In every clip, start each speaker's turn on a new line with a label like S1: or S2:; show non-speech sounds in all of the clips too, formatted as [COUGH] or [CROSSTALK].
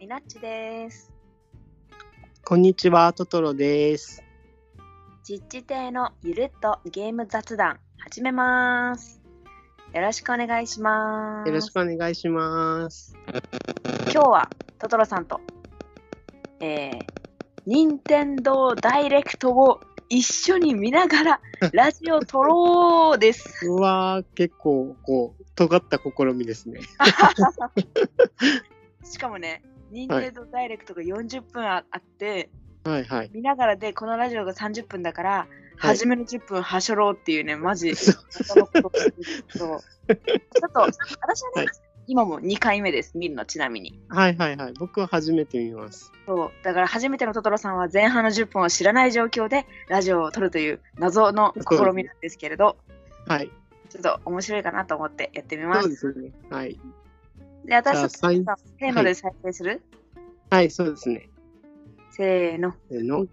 S1: ミナッチです。
S2: こんにちは、トトロです。
S1: 実地亭のゆるっとゲーム雑談始めます。よろしくお願いします。
S2: よろしくお願いします。
S1: 今日はトトロさんと、えー、任天堂ダイレクトを一緒に見なが
S2: [LAUGHS]
S1: らラジオ撮ろうです。
S2: うわー、結構、こう、尖った試みですね。
S1: しかもね、任天堂ダイレクトが40分ああって、
S2: はいはい。
S1: 見ながらでこのラジオが30分だから、
S2: はい
S1: 初めの10分はしょろうっていうね、マジ、謎のことをするけどちょっと、私はね、
S2: はい
S1: 今も2回目です、見るの、ちなみに。
S2: はいはいはい。僕は初めて見ます。
S1: そう、だから初めてのトトロさんは前半の10分を知らない状況でラジオを撮るという謎の試みなんですけれど、
S2: はい。
S1: ちょっと面白いかなと思ってやってみま
S2: そう
S1: す。
S2: ですね。はい。
S1: で、私たち
S2: じゃあ
S1: さ、テーマで再生する、
S2: はい、そうですね。
S1: せーの、
S2: せーの、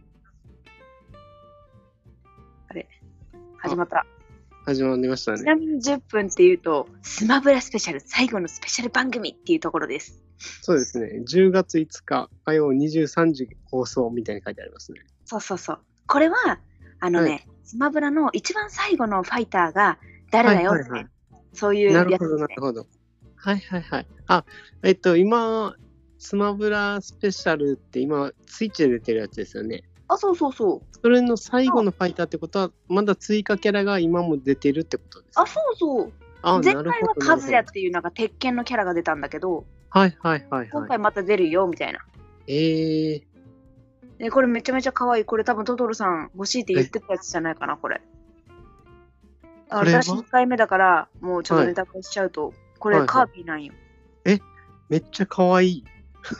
S1: 始まった。
S2: 始まりました
S1: ちな
S2: ね。
S1: みに10分っていうと、スマブラスペシャル最後のスペシャル番組っていうところです。
S2: そうですね。10月5日、火曜23時放送みたいに書いてありますね。
S1: そうそうそう。これは、あのね、
S2: は
S1: スマブラの一番最後のファイターが誰だよって、
S2: はいはいはい
S1: そういう
S2: な
S1: やつです
S2: るほど、な
S1: ね
S2: る。ほど。はいはいはい。あ、えっと、今、スマブラスペシャルって今、ツイッチで出てるやつですよね。
S1: あ、そうそうそう。
S2: それの最後のファイターってことは、まだ追加キャラが今も出てるってことですか
S1: あ、そうそう。
S2: あ
S1: 前回
S2: なるほ
S1: は
S2: ど
S1: カズヤ
S2: なる
S1: っていうなんか鉄拳のキャラが出たんだけど、
S2: ほどはいはいはい
S1: 今
S2: は
S1: 回また出るよみたいな。
S2: い。えー、
S1: で、これめちゃめちゃ可愛い。これ多分トトロさん欲しいって言ってたやつじゃないかな、これ。あ
S2: これは
S1: 私1回目だから、もうちょっとネタバレしちゃうと、これ
S2: はいはい
S1: カービィなんよ。
S2: めっちゃ可愛い。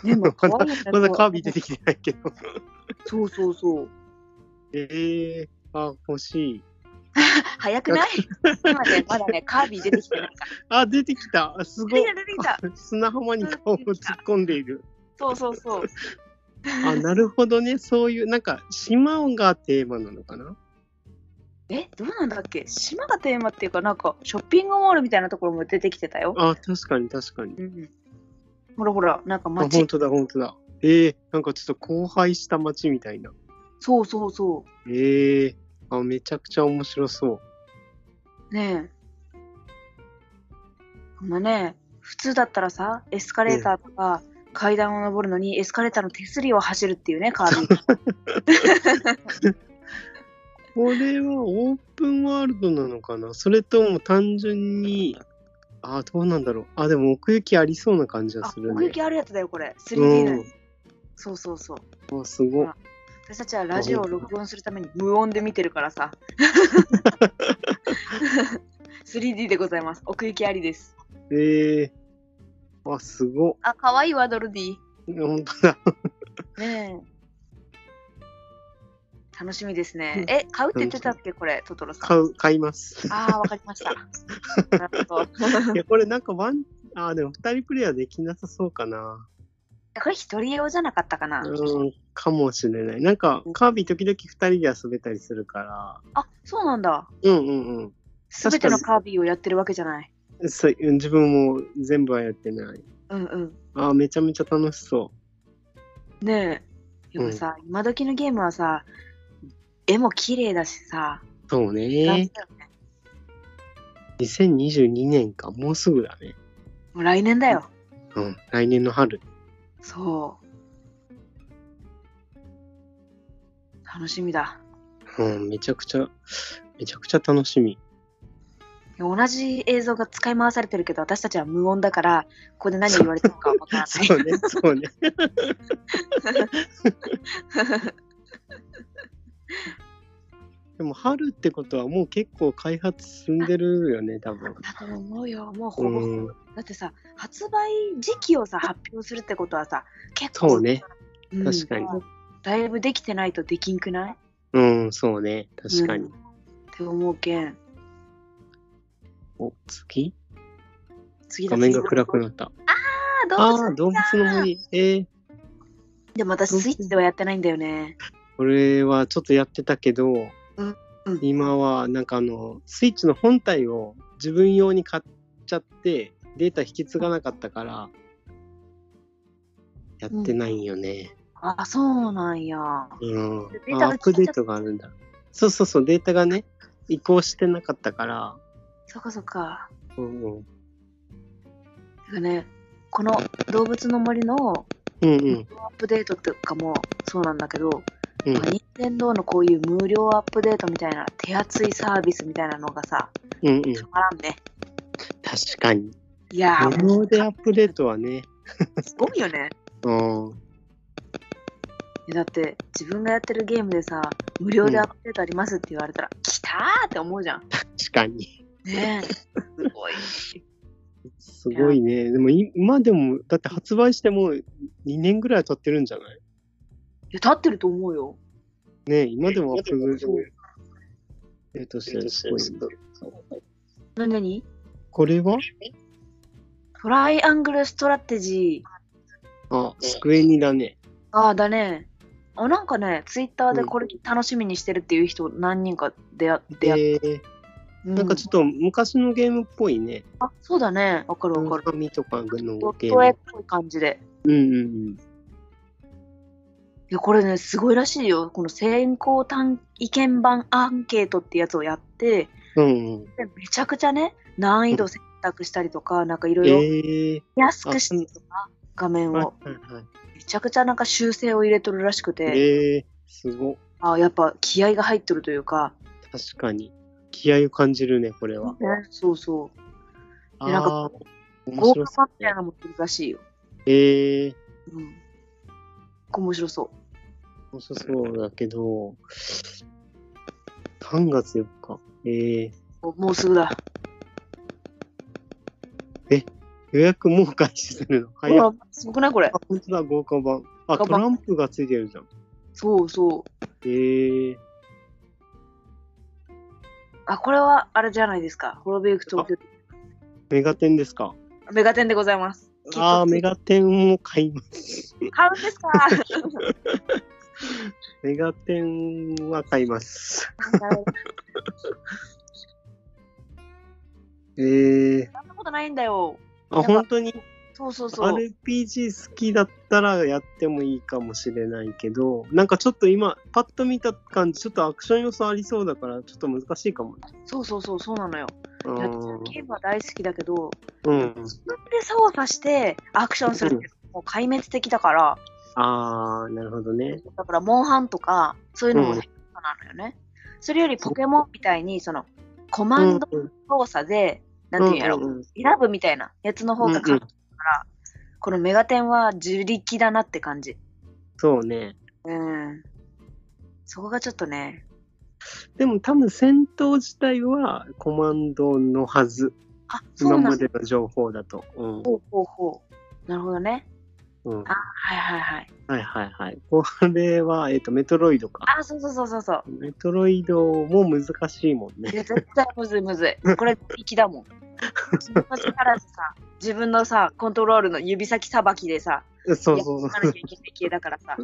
S1: でも可愛いよね、
S2: [LAUGHS] まだカービィ
S1: これ
S2: 出てきてないけど。 [LAUGHS]
S1: そうそうそう。
S2: えー、あ、欲しい。
S1: 早く
S2: [LAUGHS]
S1: ない今ね、まだね、カービィ出てきてないから。
S2: あ、出てきた。あす
S1: 出 [LAUGHS]
S2: ご
S1: て
S2: い
S1: き。た、出てきた。
S2: 砂浜に顔を突っ込んでいる。
S1: そうそうそう。
S2: あ、なるほどね。そういう、なんか、島がテーマなのかな
S1: [LAUGHS] え、どうなんだっけ島がテーマっていうか、なんかショッピングモールみたいなところも出てきてたよ。
S2: あ、確かに確かに。
S1: うん。ほらほら、なんか
S2: あ、本
S1: 街。
S2: 当だ、本当だ。えー、なんかちょっと荒廃した街みたいな。
S1: そうそうそ
S2: ええあ、めちゃくちゃ面白そう。
S1: う。ねえ。このね、普通だったらさ、エスカレーターとか、階段を登るのにエスカレーターの手すりを走るっていうね、カービィ。
S2: これはオープンワールドなのかなそれとも単純に、あ、どうなんだろう。あ、でも奥行きありそうな感じが
S1: あ
S2: する、
S1: 奥行
S2: ね。
S1: きあるやつだよ、これ。3D の
S2: う
S1: やつ。そうそうそう。
S2: ん。あ、すごい。
S1: 私たちはラジオを録音するために無音で見てるからさ。3D でございます。奥行きありです。
S2: ええあ、すご
S1: あ、可愛いわ、ドルディ。
S2: い。本当だ。 [LAUGHS]
S1: ねえ。楽しみですね。え、買うって言ってたっけ、これ、トトロさ
S2: 買
S1: ん。
S2: う、買
S1: [LAUGHS]
S2: います。
S1: ああ、わかりました。
S2: [LAUGHS]
S1: なるほど。 [LAUGHS]
S2: いや、これなんかワン、あ、でも二人プレイはできなさそうかな。
S1: これ、一人用じゃなかったかな。
S2: うん、かもしれない。なんか、カービィ時々二人で遊べたりするか
S1: あ、そうなんだ。
S2: ら。うんうんうん。
S1: すべてのカービィをやってるわけじゃない。
S2: そううん自分も全部はやってない。
S1: うんうん。
S2: あーめちゃめちゃ楽しそ
S1: ねえ。でもさ、今時のゲームはさ、絵も綺麗だしさ、
S2: う。そう
S1: 斬新。
S2: ね
S1: だよね
S2: 2022年か、もうすぐだね。
S1: もう来年だよ。
S2: うん、来年の春。
S1: そう。楽しみだ。
S2: うん、めちゃくちゃ、めちゃくちゃ楽しみ。
S1: 同じ映像が使い回されてるけど、私たちは無音だから、ここで何を言われてるかわから
S2: そうね、そうね。
S1: ない。
S2: でも春ってことはもう結構開発進んでるよね、多分。
S1: だと思うよ、もうほぼ。
S2: うん、
S1: だってさ、発売時期をさ、発表するってことはさ、結構。
S2: そうね。
S1: うん
S2: 確かに。
S1: だいぶできてないとできんくない
S2: うん、そうね、確かに。
S1: うんって思うけん。
S2: お、次
S1: 次だ
S2: 画面が
S1: 次だ
S2: 暗くなった。
S1: あー、ど
S2: あ
S1: う
S2: あ
S1: ぞ
S2: ー、動物の森。えー、
S1: でも私、スイッチではやってないんだよね。
S2: これはちょっとやってたけど、
S1: うん
S2: 今はなんかあのスイッチの本体を自分用に買っちゃってデータ引き継がなかったからやってないんよね。
S1: あ、そうなんや。
S2: うん。
S1: データ
S2: あ
S1: が
S2: アップデートがあるんだ。そうそうそう、データがね、移行してなかったから。
S1: そっかそっか。
S2: うんうん。
S1: てかね、この動物の森の
S2: うんうん。
S1: アップデートとかもそうなんだけど、
S2: うん
S1: まあ、任天堂のこういう無料アップデートみたいな手厚いサービスみたいなのがさ、
S2: うんうん。
S1: たまらんね。
S2: 確かに。
S1: いやー、
S2: 無料でアップデートはね。
S1: すごいよね。
S2: うん。
S1: だって自分がやってるゲームでさ、無料でアップデートありますって言われたら、来たーって思うじゃん。
S2: 確かに。
S1: ねえ。
S2: [LAUGHS]
S1: すごい。
S2: すごいね。でも今でも、だって発売してもう2年ぐらい経ってるんじゃな
S1: い
S2: い
S1: や、立ってると思うよ。
S2: ね今でもアップデ
S1: そう
S2: ートしてるすごいね。
S1: なになに
S2: これは
S1: トライアングルストラテジー。
S2: あ、スクエニだね。
S1: ああ、だね。あ、なんかね、ツイッターでこれ楽しみにしてるっていう人何人か出会って、
S2: えー、
S1: うん
S2: なんかちょっと昔のゲームっぽいね。
S1: あ、そうだね。わかるわかる。
S2: 紙とかの
S1: ドッ
S2: ゲ
S1: ト絵
S2: ー
S1: っぽい感じで。
S2: ム。うんうん
S1: いや、これね、すごいらしいよ。この先行単意見版アンケートってやつをやって、
S2: うん。うんうん。
S1: でめちゃくちゃね、難易度選択したりとか、なんかいろ
S2: え
S1: いろ
S2: ー、
S1: 見やすくしたりとか、画面
S2: はい
S1: を。
S2: はいはい。
S1: めちゃくちゃなんか修正を入れとるらしくて、
S2: えー、すご。
S1: あやっぱ気合が入っとるというか、
S2: 確かに。気合を感じるね、これは。
S1: そうそう。
S2: あ
S1: でなんか
S2: あー、面
S1: 豪華
S2: 白
S1: 版
S2: そう
S1: みたいなのもいるらしいよ。
S2: えー、
S1: うん。これ面白そう。
S2: 面白そうだけど、3月4日。えー、
S1: おもうすぐだ。
S2: 予約もう開始す
S1: [LAUGHS]
S2: るの
S1: ほ
S2: 早い。あ
S1: ら、すごくないこれ。、
S2: 本当だ、豪華版。
S1: 豪華
S2: あ、ト
S1: 版
S2: ランプがついてるじゃん。
S1: そうそう。
S2: えー、
S1: あ、これはあれじゃないですか。ホロビーク東京。
S2: メガテンですか。
S1: メガテンでございます。
S2: ああ、メ
S1: ガ
S2: ガテンも買います。
S1: 買うんですか
S2: メガテンは買います。
S1: なるほど
S2: [LAUGHS] えー、
S1: そんなことないんだよ。
S2: あ、本当に
S1: そうそうそう。
S2: RPG 好きだったらやってもいいかもしれないけど、なんかちょっと今、パッと見た感じ、ちょっとアクション要素ありそうだから、ちょっと難しいかもね。
S1: そうそうそう、そうなのよ。
S2: う
S1: いやゲームは大好きだけど、
S2: ん。うん、
S1: 自分で操作してアクションするってもう壊滅的だから、
S2: ああ、なるほどね。
S1: だから、モンハンとか、そういうのも
S2: うん
S1: 下手なのよね。それより、ポケモンみたいに、その、コマンド
S2: うん
S1: 操作で、なんていうんやろ、
S2: うんうん
S1: 選ぶみたいなやつの方が簡単だから、このメガテンは自力だなって感じ。
S2: そうね。
S1: うん。そこがちょっとね、
S2: でも多分戦闘自体はコマンドのはず。
S1: あ、そ
S2: 今
S1: うな
S2: ま
S1: んだ。
S2: での情報だと。うん。
S1: ほうほうほう。なるほどね。
S2: うん、
S1: あ、はいはいはい。
S2: はいはいはい。これは、えっ、と、メトロイドか。
S1: あ、そうそうそうそうそう。
S2: メトロイドも難しいもん
S1: い
S2: ね。
S1: や絶対むずいむずい。これ、粋だもん。自分の力でさ、自分のさ、コントロールの指先さばきでさ、
S2: そうそうそ
S1: や
S2: う
S1: っ。ていかなきゃいけない系だからさ。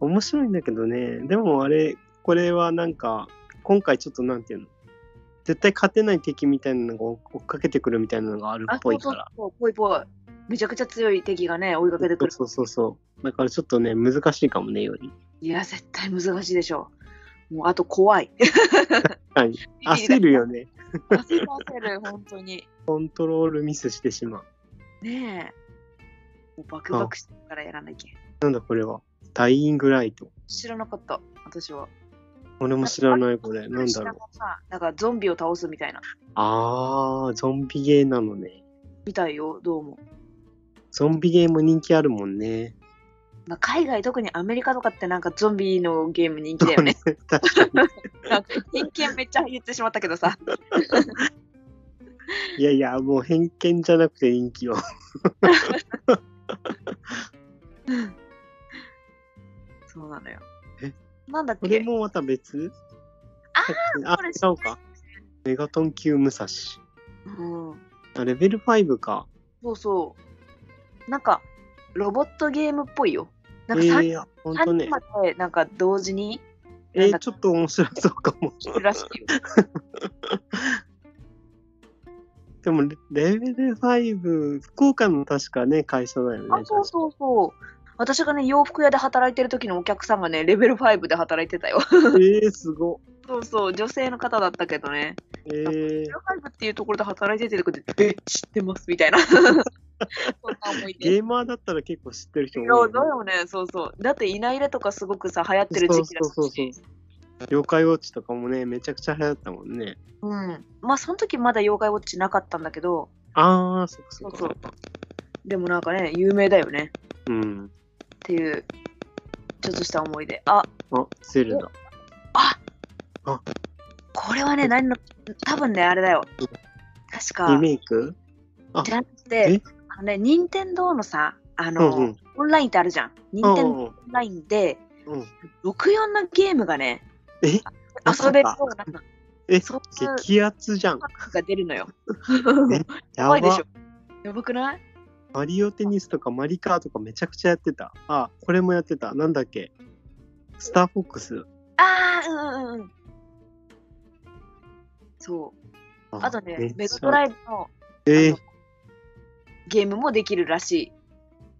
S2: 面白いんだけどね。でもあれ、これはなんか、今回ちょっとなんていうの絶対勝てない敵みたいなのが追っかけてくるみたいなのがある
S1: あ
S2: っぽいから。
S1: そうそうそうぽいぽい。めちゃくちゃ強い敵がね、追いかけてくる。
S2: そうそうそう。だからちょっとね、難しいかもね、より。
S1: いや、絶対難しいでしょ。もう、あと怖い。
S2: はい。焦るよね。
S1: 焦る焦る、本当に。
S2: コントロールミスしてしまう。
S1: ねえ。もうバクバクしてからやらなきゃ。
S2: なんだこれは。ダイイングライト。
S1: 知らなかった、私は。
S2: 俺も知らないこれ。なん
S1: 知
S2: だ
S1: ら
S2: ろ
S1: な
S2: う
S1: い。さ、なんかゾンビを倒すみたいな。
S2: あー、ゾンビゲーなのね。
S1: みたいよ、どうも。
S2: ゾンビゲーも人気あるもんね。
S1: まあ、海外、特にアメリカとかってなんかゾンビのゲーム人気だよね。
S2: [LAUGHS] 確かに。
S1: なんか偏見めっちゃ言ってしまったけどさ。
S2: いやいや、もう偏見じゃなくて人気を。
S1: そうなのよ
S2: え。
S1: なんだっ
S2: これ
S1: け
S2: もまた別
S1: あ
S2: あ
S1: これ
S2: 違うか。メガトン級武蔵。
S1: うん。
S2: あ、レベル5か。
S1: そうそう。なんか、ロボットゲームっぽいよ。
S2: え
S1: なんか3、
S2: ー、ほんと
S1: 三
S2: ね
S1: 人。までなんか同時に
S2: え
S1: なんだ
S2: ー、ちょっと面白そうかも。
S1: いるらしいよ。
S2: でもレ、レベル5、福岡の確かね、会社だよね。
S1: あ、そうそうそう。私がね、洋服屋で働いてる時のお客さんがね、レベル5で働いてたよ。 [LAUGHS]
S2: 確かえー、すごっ。
S1: そうそう、女性の方だったけどね。
S2: えー
S1: レベ、ル5っていうところで働いててくれて、え、知ってますみ
S2: [LAUGHS]
S1: たいな。そんな思い
S2: ゲ
S1: で。
S2: ーマーだったら結構知ってる人
S1: そう
S2: 多い、ね
S1: だ。よね、そうそう。だって、いないれとかすごくさ、流行ってる時期だし。
S2: そうそうそう妖怪ウォッチとかもね、めちゃくちゃ流行ったもんね。
S1: うん。まあ、その時まだ妖怪ウォッチなかったんだけど、
S2: あー、そっかそ
S1: そ
S2: っ
S1: う
S2: か。
S1: そう。でもなんかね、有名だよね。
S2: うん。
S1: っていう、ちょっとした思い出。あ、
S2: あ、セルだ。
S1: あ
S2: あ
S1: これはね、何の、多分ね、あれだよ
S2: うん。
S1: 確
S2: リ
S1: か、
S2: メイクあ
S1: じゃなく
S2: え
S1: て、あのね、任天堂のさ、あ
S2: うん
S1: の、
S2: うん。
S1: オンラインってあるじゃん。任
S2: う
S1: 天
S2: ん
S1: 堂
S2: う
S1: オ
S2: ん
S1: ンラインで、
S2: うん。
S1: 64のゲームがね、
S2: えまさか
S1: 遊べるようななんか
S2: え、
S1: そういう
S2: 激アツじゃん
S1: パ。ックが出るのよ。
S2: や
S1: [LAUGHS] 怖いでし
S2: ば
S1: ょ。。やばくない
S2: マリオテニスとかマリカーとかめちゃくちゃやってた。あ、これもやってた。なんだっけスターフォックス。
S1: ああ、うんうんうん。そう。あとね、メガドラ
S2: イ
S1: イブの
S2: ブ。え
S1: あのゲームもできるらしい。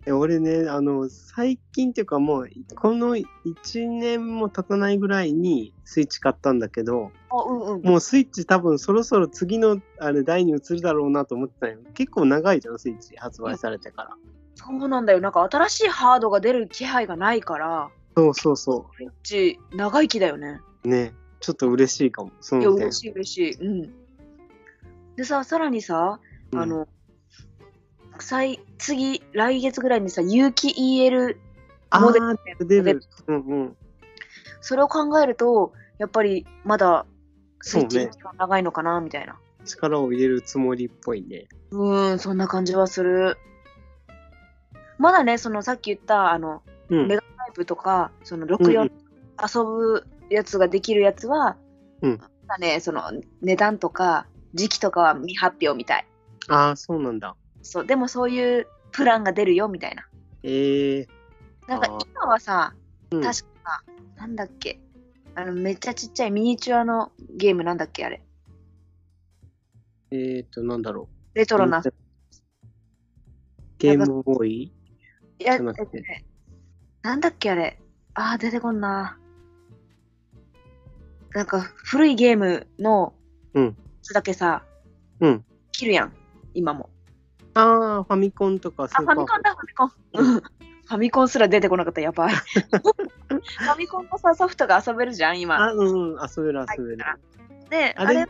S2: え俺ね、あの、最近っていうかもう、この1年も経たないぐらいにスイッチ買ったんだけど、
S1: あ、うんうん。
S2: もうスイッチ多分そろそろ次のあれ台に移るだろうなと思ってたよ。結構長いじゃん、スイッチ発売されてから。
S1: そうなんだよ。なんか新しいハードが出る気配がないから、
S2: そうそうそう
S1: っち長生きだよね。
S2: う。ね、ちょっと嬉しいかも。そ
S1: いや、
S2: の点
S1: 嬉。しい嬉しい。うん。でさ、さらにさ、
S2: うん
S1: あの、最次、来月ぐらいにさ、有機 EL
S2: あ
S1: モデ
S2: ー、出
S1: モデ
S2: る。うんうん。
S1: それを考えると、やっぱりまだスイッチ
S2: そう
S1: の
S2: ね
S1: 時間長いのかな、みたいな。
S2: 力を入れるつもりっぽいね。
S1: うーん、そんな感じはする。まだね、そのさっき言った、あの、
S2: うん。
S1: メガタイプとか、その
S2: うんう
S1: 64
S2: ん
S1: 遊ぶやつができるやつは、
S2: うん
S1: まだね、その値段とか時期とかは未発表みたい。
S2: ああ、そうなんだ。
S1: そう、でもそういうプランが出るよみたいな。
S2: ええ
S1: なんか
S2: あー
S1: 今はさ、
S2: うん
S1: 確か、なんだっけ、あの、めっちゃちっちゃいミニチュアのゲームなんだっけ、あれ。
S2: えーと、なんだろう。
S1: レトロな。
S2: ゲームボーイ
S1: いや、え
S2: じゃな
S1: っ
S2: く
S1: と
S2: て
S1: ね、なんだっけ、あれ。あー、出てこんな。なんか古いゲームの
S2: うん
S1: つだけさ、
S2: うん
S1: 切るやん、今も。
S2: ああ、ファミコンとかス
S1: あ、
S2: ー
S1: フ
S2: パ
S1: ァ
S2: ー
S1: ミコンだ、ファミコン。うん [LAUGHS] ファミコンすら出てこなかった、やばい。
S2: [LAUGHS]
S1: ファミコンのさ、ソフトが遊べるじゃん、今。
S2: あ、うん、うん遊べる遊べる。
S1: で、あ
S2: あれ
S1: れ、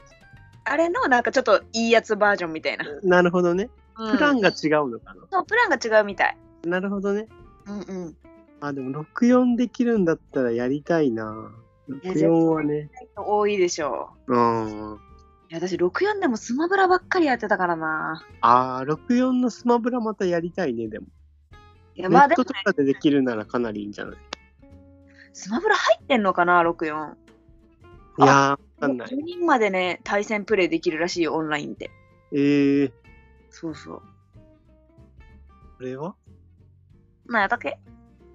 S1: あれのなんかちょっといいやつバージョンみたいな。
S2: なるほどね。
S1: うん
S2: プランが違うのかな。
S1: そう、プランが違うみたい。
S2: なるほどね。
S1: うんうん。
S2: あ、でも64できるんだったらやりたいな。64はね。
S1: 多いでしょ
S2: うん。
S1: う。いや、私、64でもスマブラばっかりやってたからな。
S2: ああ、64のスマブラまたやりたいね、でも。
S1: いや、まあで
S2: ネッ
S1: も
S2: トと
S1: ね、
S2: かでできるならかなりいいんじゃない
S1: スマブラ入ってんのかな、64。
S2: いやー、わかんない。
S1: 4人までね、対戦プレイできるらしいよ、オンラインで。
S2: ええー、
S1: そうそう。
S2: これは
S1: なんやったっけ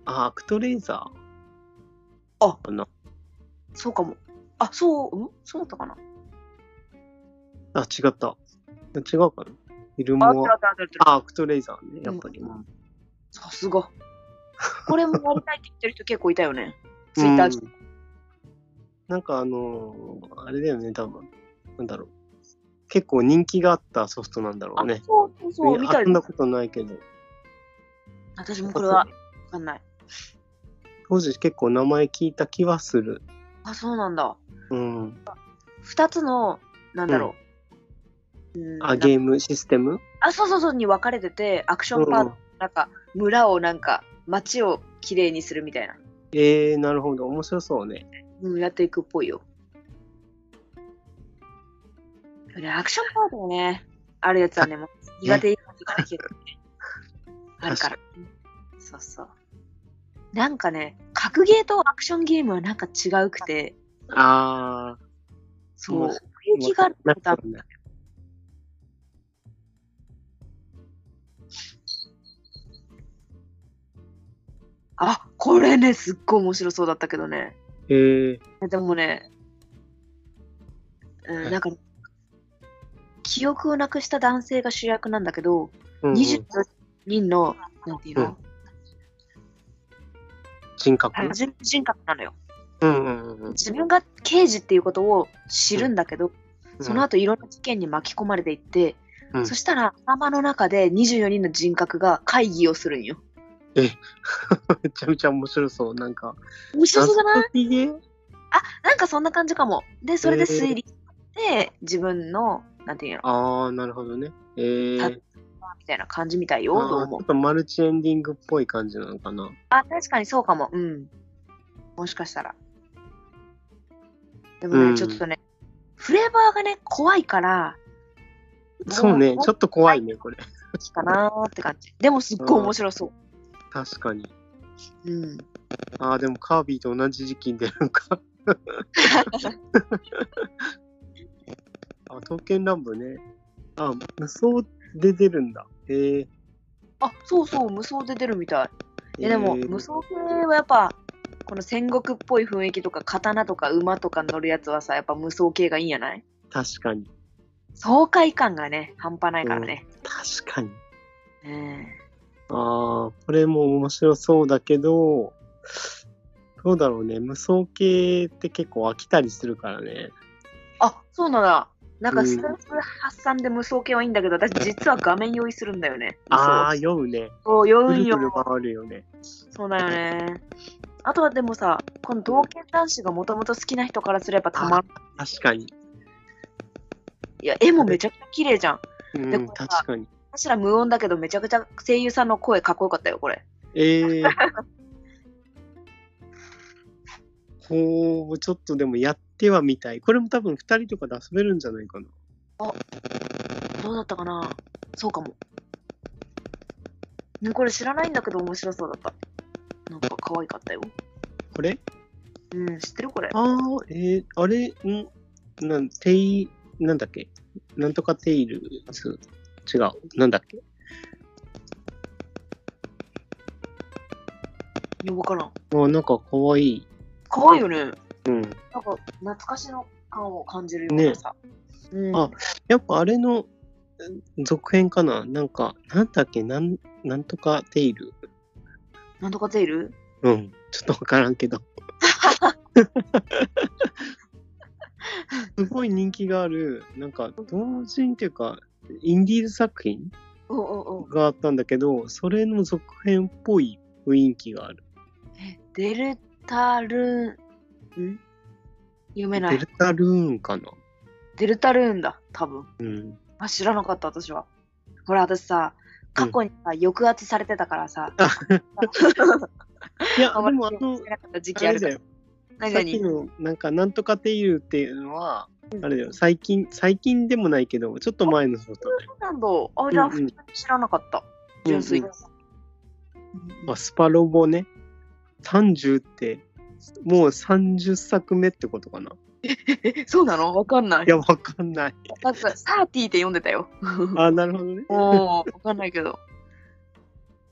S2: あ、アクトレーザー
S1: あ
S2: かな。
S1: そうかも。あ、そう、うんそうだったかな。
S2: あ、違った。違うかなイルモ
S1: あ、あってるあ
S2: ア
S1: っ。てるあってる
S2: あ、アクトレイザーね、やっぱり。
S1: うんさすが。これもやりたいって言ってる人結構いたよね。ツイッターで。
S2: うんなんかあのーあれだよね、多分。なんだろう。結構人気があったソフトなんだろ
S1: あ
S2: うね。
S1: そうそうそう、みたい
S2: 遊んだ
S1: な。
S2: ことないけど。
S1: 私もこれはわかんない。
S2: 当時結構名前聞いた気はする。
S1: あ、そうなんだ。
S2: うん。
S1: 二つの、なんだろう。うん
S2: あ、ゲームシステム
S1: あ、そうそうそうに分かれてて、アクションパート、
S2: うん
S1: なんか、村をなんか、街をきれいにするみたいな。
S2: えー、なるほど。面白そうね。
S1: うん、やっていくっぽいよ。でもねアクションパートがね、あるやつはね、もう苦手意外とかね、結構ね。あるから。そうそう。なんかね、格ゲーとアクションゲームはなんか違うくて、
S2: あー。
S1: そう、
S2: うん
S1: 奥行きがある
S2: な
S1: の
S2: る
S1: だ
S2: ほどね
S1: あ、これね、すっごい面白そうだったけどね。
S2: えー、
S1: でもね、うん、なんか、記憶をなくした男性が主役なんだけど、
S2: うんうん
S1: 24人の、なんていうの、
S2: 人格
S1: 多重人格なのよ。
S2: うんうんうんうん。
S1: 自分が刑事っていうことを知るんだけど、その後いろんな事件に巻き込まれていって、
S2: うん
S1: そしたら頭の中で24人の人格が会議をするんよ。
S2: [LAUGHS] めちゃめちゃ面白そう。なんか、
S1: 面白そうじゃない
S2: 謎解きゲー
S1: なんかそんな感じかも。で、それで
S2: へー
S1: 推理して、自分の、なんていうの、
S2: ああ、なるほどね。えー、
S1: みたいな感じみたい
S2: あ
S1: よ、ど
S2: ー
S1: う
S2: ちょ
S1: も
S2: っ。とマルチエンディングっぽい感じなのかな。
S1: あ、確かにそうかも。うん。もしかしたら。でも
S2: う
S1: ね、
S2: ん
S1: ちょっとね、フレーバーがね、怖いから、
S2: そうね、ちょっと怖いね、これ。
S1: 好きかなーって感じ。でもすっごい面白そ
S2: [LAUGHS] 確かに。
S1: う。うん。
S2: ああ、でもカービィと同じ時期に出るの
S1: [LAUGHS]
S2: か。 [LAUGHS] あ、刀剣乱舞ね。あ、無双で出るんだ。えー、
S1: あ、そうそう、無双で出るみたい。いやでも、
S2: えー
S1: 無双系はやっぱ、この戦国っぽい雰囲気とか、刀とか馬とか乗るやつはさ、やっぱ無双系がいいんやない
S2: 確かに。
S1: 爽快感がね、半端ないからね。
S2: 確かに。
S1: うん。
S2: ああ、これも面白そうだけど、どうだろうね。無双系って結構飽きたりするからね。
S1: あ、そうなんだ。なん
S2: う
S1: か
S2: ん
S1: スタンス発散で無双系はいいんだけど、私実は画面用意するんだよね。
S2: ああ、酔うね。
S1: そう、酔
S2: ぐ
S1: うん
S2: るぐ
S1: よ。
S2: る回るよね。
S1: そうだよね。あとはでもさ、この同系男子がもともと好きな人からすればたまん。
S2: 確かに。
S1: いや、絵もめちゃくちゃ綺麗じゃん。
S2: う
S1: で
S2: ん、
S1: これさ
S2: 確かに。
S1: 私ら無音だけど、めちゃくちゃ声優さんの声かっこよかったよ、これ。
S2: え [LAUGHS] えー。ほう、ちょっとでもやってはみたい。これも多分2人とかで遊べるんじゃないかな。
S1: どうだったかなそうかも。ね、これ知らないんだけど面白そうだった。なんか可愛かったよ。
S2: これ
S1: うん、知ってるこれ。
S2: ああ、えー、あれ、んなん、テイ、なんだっけなんとかテイルズ。違う。なんだっけ
S1: いやわからん。
S2: あなんかかわいい。
S1: 可愛いよね。
S2: うん。
S1: なんか懐かしの感を感じるようなさ。うん、
S2: あやっぱあれのうん続編かななんか、なんだっけなん、なんとかテイル。
S1: なんとかテイル
S2: うん。ちょっとわからんけ [LAUGHS] ど。すごい人気がある、なんか、同人っていうか、インディーズ作品
S1: うんうんうん。
S2: があったんだけど、それの続編っぽい雰囲気がある。
S1: えデルタルーンん読めな
S2: デ
S1: い
S2: ル。タルーンかな
S1: デルタルーンだ、多分。
S2: うん。
S1: あ、知らなかった、私は。ほら、私さ、過去にさ、抑圧されてたからさ、 [LAUGHS]
S2: いや、
S1: あ
S2: で
S1: ん
S2: も
S1: ま
S2: あ
S1: り
S2: の
S1: 知、らなかった時期
S2: あ
S1: あ
S2: れ
S1: るから
S2: だよ。。
S1: 何
S2: さっき
S1: 々
S2: の、なんか、なんとかテイルっていうのは、あれだよ、最近、最近でもないけど、ちょっと前のことだよ。
S1: なんだろうあ、じゃあ、
S2: うんう
S1: 普
S2: ん
S1: 通に知らなかった。純粋に。
S2: あ、スパロボね。30って、もう30作目ってことかな。
S1: え、 [LAUGHS] そうなのわかんない
S2: い。や、わかんない。
S1: なんか、サーティーって読んでたよ。
S2: あ、なるほどね。
S1: もう、わかんないけど。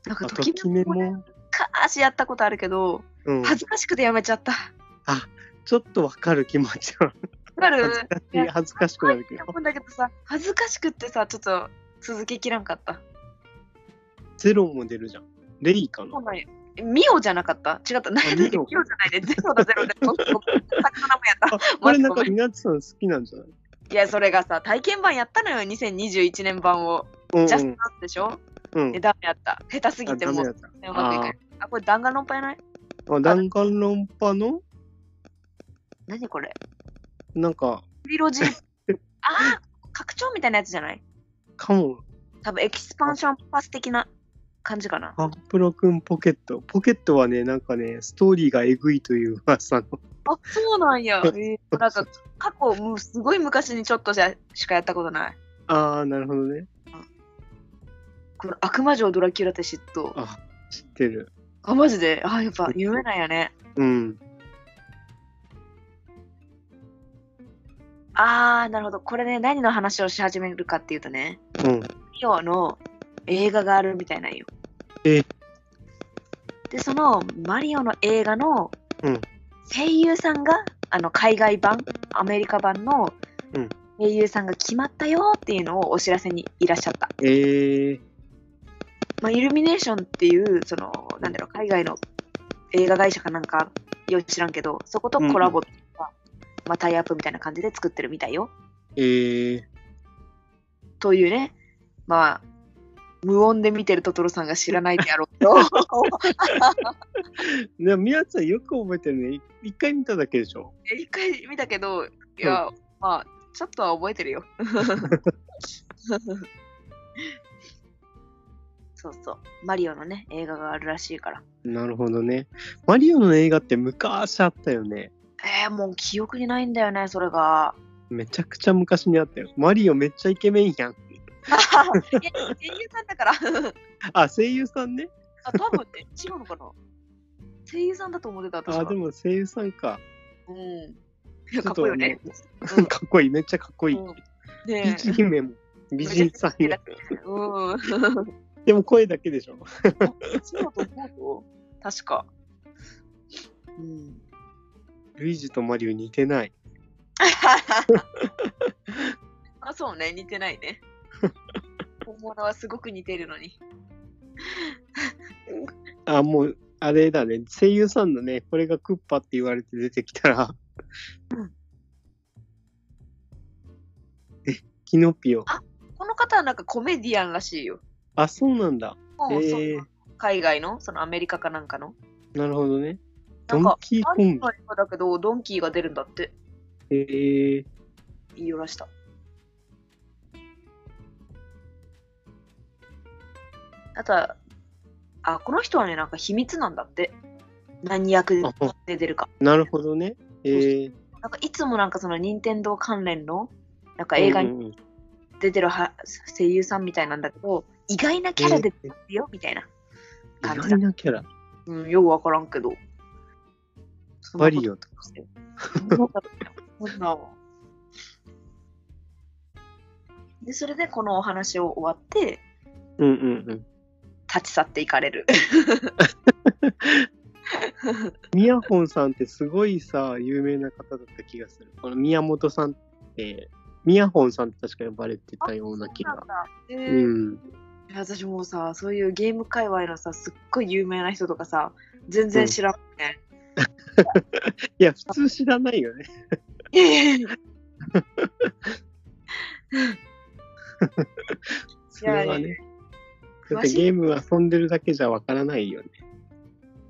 S1: なんか、
S2: あ
S1: と
S2: と、
S1: き
S2: き
S1: め
S2: め
S1: もね、
S2: も。
S1: 昔やったことあるけど、
S2: うん。
S1: 恥ずかしくてやめちゃった。
S2: ちょっとわかる気持ちは。
S1: わかる
S2: 恥ずかしい、恥ずかしくなるけど。
S1: 思うんだけどさ、恥ずかしくってさ、ちょっと続けきらんかった。
S2: ゼロも出るじゃん。レイか
S1: そうな
S2: な。
S1: んやえミオじゃなかった違った。何だっけ
S2: ミオ
S1: ミオじゃないで、ゼロだゼロだ。僕僕作家の名前やった。
S2: あ、これなん
S1: ご
S2: か、
S1: めん
S2: 稲地さん好きなんじゃない
S1: いや、それがさ、体験版やったのよ、2021年版を。
S2: うん
S1: ジャストアップでしょ
S2: うん。うん
S1: え、ダメやった。下手すぎ
S2: あ
S1: て
S2: ダ
S1: も
S2: メだ
S1: う、
S2: った。
S1: うまくいかない。あ、これ弾丸論破やない
S2: あ、弾丸論破の、
S1: 何これ
S2: なんか、
S1: リロ [LAUGHS] ジー。あー拡張みたいなやつじゃない
S2: かも、
S1: 多分エキスパンションパス的な感じかな。
S2: パンプロ君ポケット。ポケットはね、なんかね、ストーリーがえぐいという噂の。
S1: あ、そうなんや。えーなんか、過去、もうすごい昔にちょっとじゃしかやったことない。
S2: [LAUGHS] ああ、なるほどね。
S1: この悪魔城ドラキュラって嫉妬。
S2: あ、知ってる。
S1: あ、マジであ、やっぱ夢なんやね。
S2: うん。
S1: あー、なるほど。これね、何の話をし始めるかっていうとね、
S2: うん。
S1: ミオの映画があるみたいなんよ。
S2: え
S1: で、そのマリオの映画の
S2: うん
S1: 声優さんが、あの海外版、アメリカ版の
S2: うん
S1: 声優さんが決まったよっていうのをお知らせにいらっしゃった。
S2: ええ
S1: まあ、イルミネーションっていう、その、なんだろう、海外の映画会社かなんか、よく知らんけど、そことコラボとか、まあ、タイアップみたいな感じで作ってるみたいよ。
S2: ええ
S1: というね、まあ、無音で見てるトトロさんが知らないであろう
S2: [LAUGHS]
S1: と。
S2: でも、宮地さんよく覚えてるね。い一回見ただけでしょ。
S1: いや一回見たけど、いや、まあ、ちょっとは覚えて
S2: [LAUGHS]
S1: るよ。そうそう、マリオのね、映画があるらしいから。
S2: なるほどね。マリオの映画って昔あったよね。
S1: えー、もう記憶にないんだよね、それ
S2: [LAUGHS]
S1: が。
S2: めちゃくちゃ昔にあったよ。マリオめっちゃイケメンやん。
S1: いや、声優さんだから。 [LAUGHS]
S2: あ、声優さんね。
S1: あ多分ね、違うのかな。声優さんだと思ってた、私は
S2: あ、でも声優さんか。
S1: うん。いや、かっこいいよね。
S2: ちょっとあの。 [LAUGHS] かっこいい。めっちゃかっこいい。
S1: うん
S2: 美
S1: ね
S2: 人姫も。美人さんや。
S1: え。うん。 [LAUGHS]
S2: でも声だけでしょ。
S1: そうだと思うよ。確か。うん。
S2: ルイージとマリオ似てない。
S1: [LAUGHS] あ、そうね、似てないね。 [LAUGHS] 本物はすごく似てるのに。
S2: あ、もう、あれだね。声優さんのね、これがクッパって言われて出てきたら。 [LAUGHS]
S1: うん
S2: え、キノピオ。
S1: この方はなんかコメディアンらしいよ。
S2: あ、そうなんだ。
S1: うんそう
S2: えー
S1: 海外の、そのアメリカかなんかの。
S2: なるほどね。
S1: な
S2: ド
S1: ん
S2: ン
S1: か、
S2: キーコ
S1: アニ
S2: ン
S1: メの映画だけど、ドンキーが出るんだって
S2: ビ。えー、
S1: 言いよらした。あとは、あ、この人はね、なんか秘密なんだって。何役で出るか。
S2: なるほどね。えー、
S1: なんかいつもなんかその任天堂関連のなんか映画に
S2: うんうん
S1: 出てるは、声優さんみたいなんだけど、意外なキャラで出てるよ、みたいな
S2: 意
S1: 感じだ
S2: 外。なキャラ。
S1: うん、よくわからんけど。
S2: バリオとか。
S1: そんなことそんなの [LAUGHS] で、それでこのお話を終わって、
S2: うんうんうん。
S1: 立ち去っていかれる。
S2: ミヤホンさんってすごいさ、有名な方だった気がする。この宮本さんって、ミヤホンさんって確か呼ばれてたような気が。
S1: え
S2: う
S1: ー
S2: ん。
S1: いや私もうさ、そういうゲーム界隈のさ、すっごい有名な人とかさ、全然知らんね。
S2: いや、普通知らないよね。
S1: い
S2: それはね。だっ
S1: 詳
S2: て
S1: しい
S2: ゲーム遊んでるだけじゃわからないよね。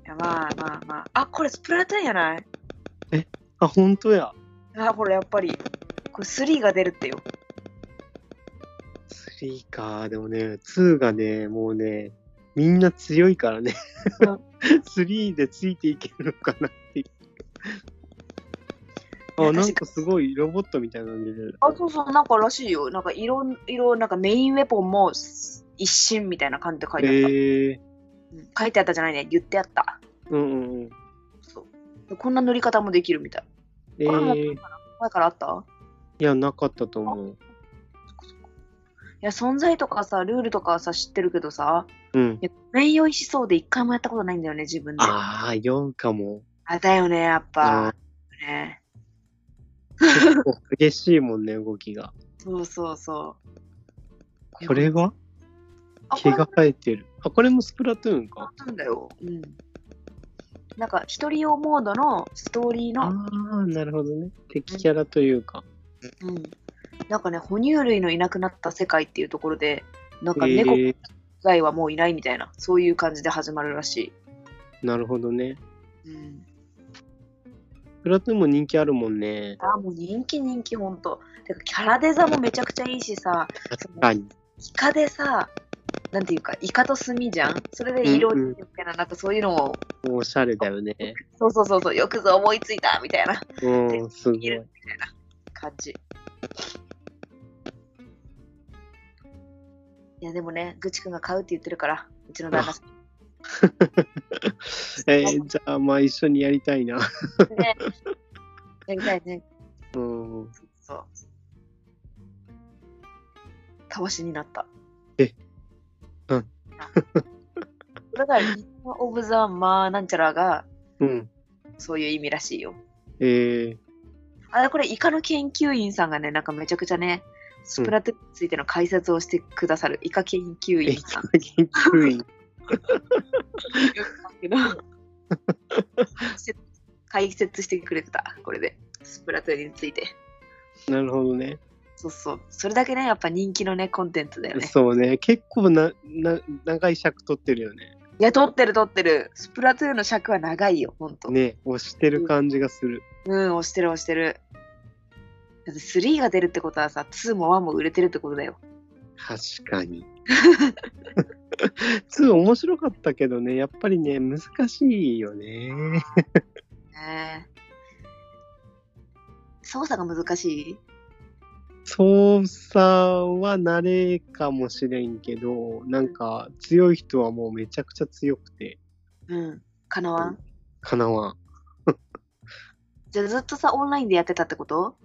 S1: や、まあまあまあ。あ、これスプラトゥーンやない
S2: あ、本当や。
S1: あ、これやっぱり、これ3が出るってよ。
S2: 3か。でもね、2がね、もうね、みんな強いからね。3でついていけるのかなっていう。
S1: い
S2: あ、
S1: や
S2: なんかすごいロボットみたいなの出てる。
S1: あ、そうそう、なんからしいよ。なんかいろん、いろ、なんかメインウェポンも一新みたいな感じで書いてあった。
S2: へえ
S1: うん書いてあったじゃないね、言ってあった。
S2: うんうんうん。
S1: そうこんな塗り方もできるみたい。
S2: え
S1: これも
S2: ー、い
S1: 前からあった
S2: や、なかったと思う。
S1: いや、存在とかさ、ルールとかはさ、知ってるけどさ、
S2: うん
S1: い。や、名誉しそうで一回もやったことないんだよね、自分で。あ
S2: ああ、4か
S1: [LAUGHS]
S2: も。
S1: だよね、やっ
S2: あ
S1: ぱ。ね、
S2: 結構激しいもんね、動きが。
S1: そうそうそう。
S2: これは
S1: あ
S2: 毛が生えてる。あ、これもスプラトゥーンか。
S1: なんだよ。うん。なんか、一人用モードのストーリー
S2: あ
S1: の、
S2: あ、なるほどね。敵キャラというか。
S1: うん。なんかね、哺乳類のいなくなった世界っていうところで、なんか
S2: え
S1: 猫以
S2: ー、
S1: 外はもういないみたいな、そういう感じで始まるらし
S2: なるほどね。
S1: い。うん。
S2: スプラトゥーンも人気あるもんね。
S1: あーもう人気人気ほんと。てか、キャラデザもめちゃくちゃいいしさ、その
S2: 確かに。
S1: イカでさ、なんていうか、イカと炭じゃんそれで色にみたいな、なんかそういうのを、
S2: おしゃれだよね。
S1: そうそうそうそう、よくぞ思いついたみたいな
S2: うん、すごい。
S1: 感じ。いやでもね、ぐちくんが買うって言ってるから、うちの旦那さん。
S2: えーじゃあ、まあ一緒にやりたいな。
S1: ね、やりたいね。
S2: うん。
S1: そう。たわしになった。
S2: えうん。
S1: だから、リンオブザ・マーなんちゃらが
S2: うん。
S1: そういう意味らしいよ。
S2: えー、
S1: あれこれイカの研究員さんがね、なんかめちゃくちゃね、スプラトゥーンについての解説をしてくださる、イカ研究
S2: え、
S1: 員
S2: 研
S1: さん。
S2: 究員。
S1: けど解説してくれてた、これで。スプラトゥーンについて。
S2: [LAUGHS] なるほどね。
S1: そうそう。それだけね、やっぱ人気のね、コンテンツだよね。
S2: そうね。結構な、な、長い尺取ってるよね。
S1: いや、撮ってる撮ってる。スプラトゥーンの尺は長いよ、ほんと。
S2: ね、押してる感じがする。
S1: うん、押してる押してる。だって3が出るってことはさ、2も1も売れてるってことだよ。
S2: 確か [LAUGHS] に。2面白かったけどね、やっぱりね、難しいよね。
S1: ねえ操作が難しい
S2: 操作は慣れかもしれんけど、なんか強い人はもうめちゃくちゃ強くて、
S1: うん。かなわん。
S2: かなわん。
S1: じゃあずっとさ、オンラインでやってたってこと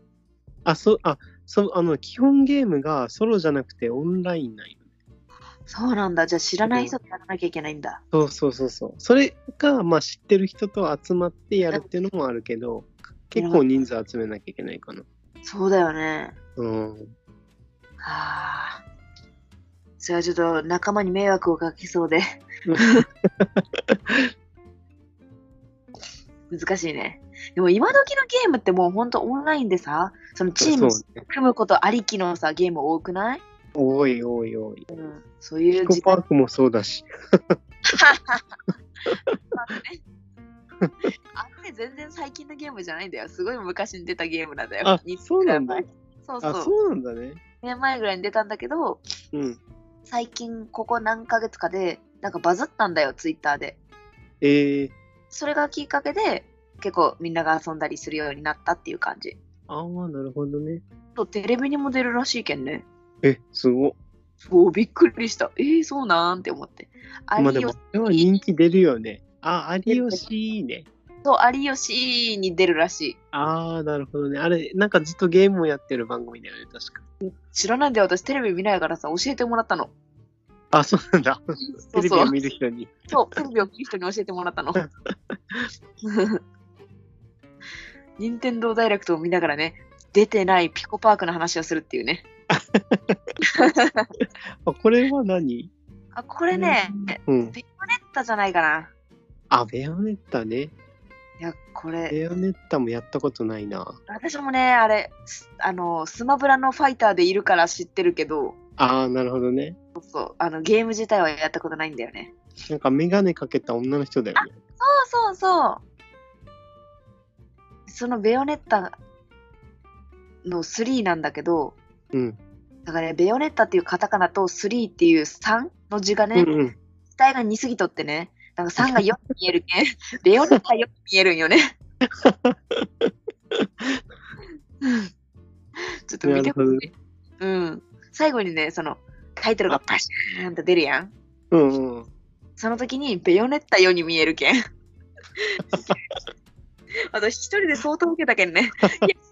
S2: あ、そう、あ、そう、あの、基本ゲームがソロじゃなくてオンラインなんよね。
S1: そうなんだ。じゃあ知らない人とやらなきゃいけないんだ。
S2: そうそうそうそう。それか、まあ知ってる人と集まってやるっていうのもあるけど、結構人数集めなきゃいけないかな。
S1: そうだよね。
S2: うん。
S1: はあ。それはちょっと仲間に迷惑をかけそうで。難しいね。でも今時のゲームってもうほんとオンラインでさ、そのチーム
S2: そうね。
S1: 組むことありきのさ、ゲーム多くない
S2: 多い多い多い。
S1: そうい
S2: ピ
S1: う
S2: コ
S1: 時
S2: パ
S1: 代
S2: ークもそうだし。
S1: あれ全然最近のゲームじゃないんだよ。すごい昔に出たゲームなんだよ。
S2: あ
S1: に、
S2: そうなんだ。
S1: そうそう。
S2: あ、そうなんだね。
S1: 2年前ぐらいに出たんだけど、
S2: うん。
S1: 最近ここ何ヶ月かで、なんかバズったんだよ、ツイッターで。
S2: えー、
S1: それがきっかけで、結構みんなが遊んだりするようになったっていう感じ。
S2: ああ、なるほどね。
S1: とテレビにも出るらしいけんね。
S2: え、すごっ。
S1: おーびっくりした。えー、そうなんって思って。
S2: まあで
S1: 有
S2: も、
S1: 吉
S2: これは人気出るよね。あ、有吉いいね。
S1: と有吉に出るらし
S2: ああ、なるほどね。あれ、なんかずっとゲームをやってる番組だよね、確か。
S1: い。知らないんだよ、私テレビ見ないからさ、教えてもらったの。
S2: あ、そうなん [LAUGHS] だ。
S1: そ
S2: テ
S1: う
S2: レビ
S1: そ
S2: を
S1: う。
S2: 見る人に。
S1: そう、テレビを見る人に教えてもら
S2: [LAUGHS]
S1: ったの。任天堂ダイレクトを見ながらね、出てないピコパークの話をするっていうね。
S2: [LAUGHS] あ、これは何
S1: あ、これね、ベ
S2: うん。
S1: ッタじゃないかな。
S2: あ、ベヨネッタね。
S1: いや、こ
S2: ベ
S1: れ、
S2: ヨネッタもやったことないな。
S1: 私もね、あれ、すあの、スマブラのファイターでいるから知ってるけど、
S2: ああ、なるほどね。
S1: そう、あの、ゲーム自体はやったことないんだよね。
S2: なんかメガネかけた女の人だよね。
S1: そうそうそう。そのベヨネッタの3なんだけど、
S2: うん。
S1: だからね、ベヨネッタっていうカタカナと3っていう3の字が
S2: う
S1: ね、
S2: んうん。
S1: 字体が似すぎとってね、なんか3が4に見えるけん、ベヨネッタ4に見えるんよね。ちょっと見てほ
S2: なるほど
S1: しい。うん。最後にね、そのタイトルがパシャーンと出るやん。
S2: うんうん。
S1: その時にベヨネッタ4に見えるけ
S2: [LAUGHS]
S1: ん。私一人で相当受けたけん
S2: [LAUGHS]
S1: ね。い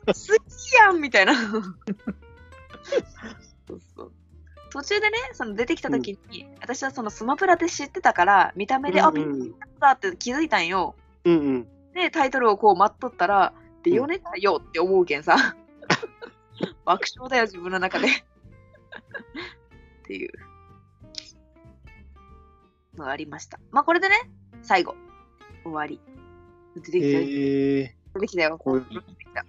S1: や、すきやんみたいな。そうそう途中でね、その出てきた時に、私はそのスマブラで知ってたから、見た目で、あ、
S2: うん
S1: ビ
S2: うん
S1: ッグだって気づいたんよ。
S2: うんうん。
S1: で、タイトルをこう待っとったら、ベヨネッタよって思うけんさ。爆笑だよ、自分の中で。っていうのがありました。まあ、これでね、最後、終わり。出てきたよ、
S2: ええ
S1: 出てきたよ。
S2: こういう
S1: 出てきた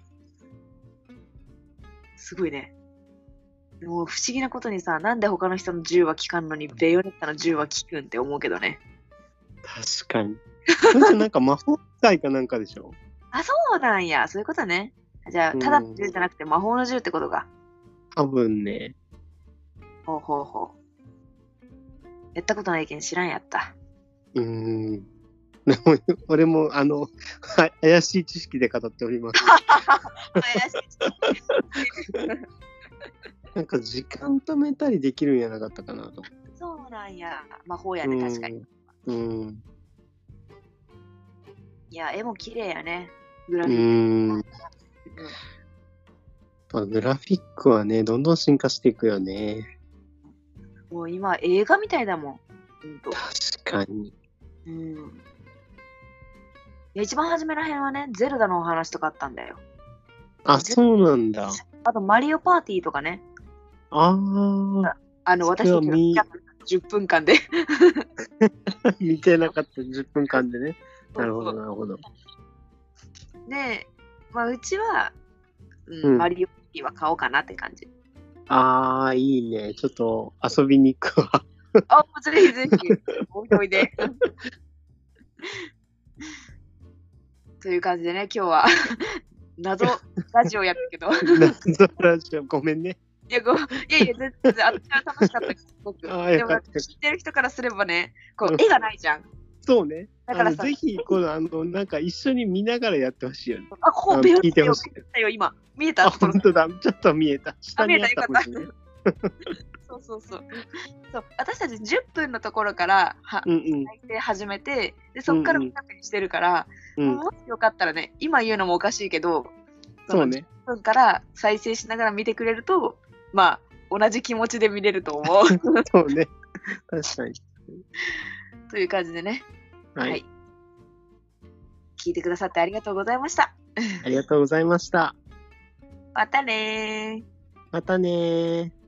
S1: すごいね。もう不思議なことにさ、なんで他の人の銃は効かんのに、ベヨネッタの銃は効くんって思うけどね。
S2: 確かに。それってなんか魔法使いかなんかでしょ
S1: あ、そうなんや。そういうことね。じゃあ、
S2: うん
S1: ただの銃じゃなくて魔法の銃ってことか。
S2: 多分ね。
S1: ほうほうほう。やったことないけん知らんやった。
S2: [LAUGHS] うーん。でも俺も、あの、は怪しい知識で語っております。
S1: [LAUGHS]
S2: なんか時間止めたりできるんやなかったかなと。
S1: そうなんや。魔法や
S2: う
S1: ね、
S2: ん
S1: 確かに。。
S2: うん。
S1: いや、絵も綺麗やね。グラ
S2: う
S1: フィッ
S2: ん。やっ
S1: ク。うん
S2: ぱグラフィックはね、どんどん進化していくよね。
S1: もう今、映画みたいだもん。ほんと。
S2: 確かに。
S1: うん。いや一番初めらへんはね、ゼルダのお話とかあったんだよ。
S2: あ、そうなんだ。
S1: あと、マリオパーティーとかね。
S2: あー、 [LAUGHS]
S1: あの、
S2: そ
S1: 私
S2: れは
S1: たちが
S2: 見
S1: 10分間で。
S2: 見てなかった10分間でね。なるほど、なるほど。
S1: で、まあ、うちは、うん
S2: うん
S1: マリオパーティーは買おうかなって感じ。 [LAUGHS]
S2: あー、いいね。ちょっと遊びに行くわ。
S1: あ、もうぜひぜひ、おいおいで。 [LAUGHS] という感じでね、今日は [LAUGHS] 謎ラジオやったけど、 [LAUGHS] い
S2: 謎ラジオ、ごめんね。
S1: や、ごいやいや、全然、あっちは楽しかったです、すごく。
S2: あー
S1: でも、
S2: よか
S1: 聞
S2: った
S1: いてる人からすればね、こ
S2: う
S1: うん絵がないじゃん。
S2: そうね。
S1: だから
S2: あの
S1: さ、
S2: ぜひ、この、あの、なんか一緒に見ながらやってほしいよね。
S1: あ、こ
S2: あ
S1: こ
S2: の
S1: ベロ
S2: 聞い
S1: ッ
S2: て
S1: て
S2: ほ
S1: よ
S2: しい、
S1: 見えたよ、今。見えた
S2: あ、
S1: とこ
S2: 本
S1: ろ
S2: 当だ。ちょっと見えた。下にあった
S1: あ
S2: 星ね。
S1: そうそうそう。そう私たち10分のところからは
S2: うんうん
S1: 再生始めて、でそこから
S2: うんうん
S1: 深くにしてるから、
S2: うん。
S1: もしよかったらね、今言うのもおかしいけど、
S2: そうね。
S1: 10分から再生しながら見てくれると、まあ、同じ気持ちで見れると思
S2: [LAUGHS]
S1: う
S2: そうね。確かに。
S1: という感じでね、
S2: は
S1: はいい。聞いてくださってありがとうございました。
S2: ありがとうございました。
S1: またねー。
S2: またねー。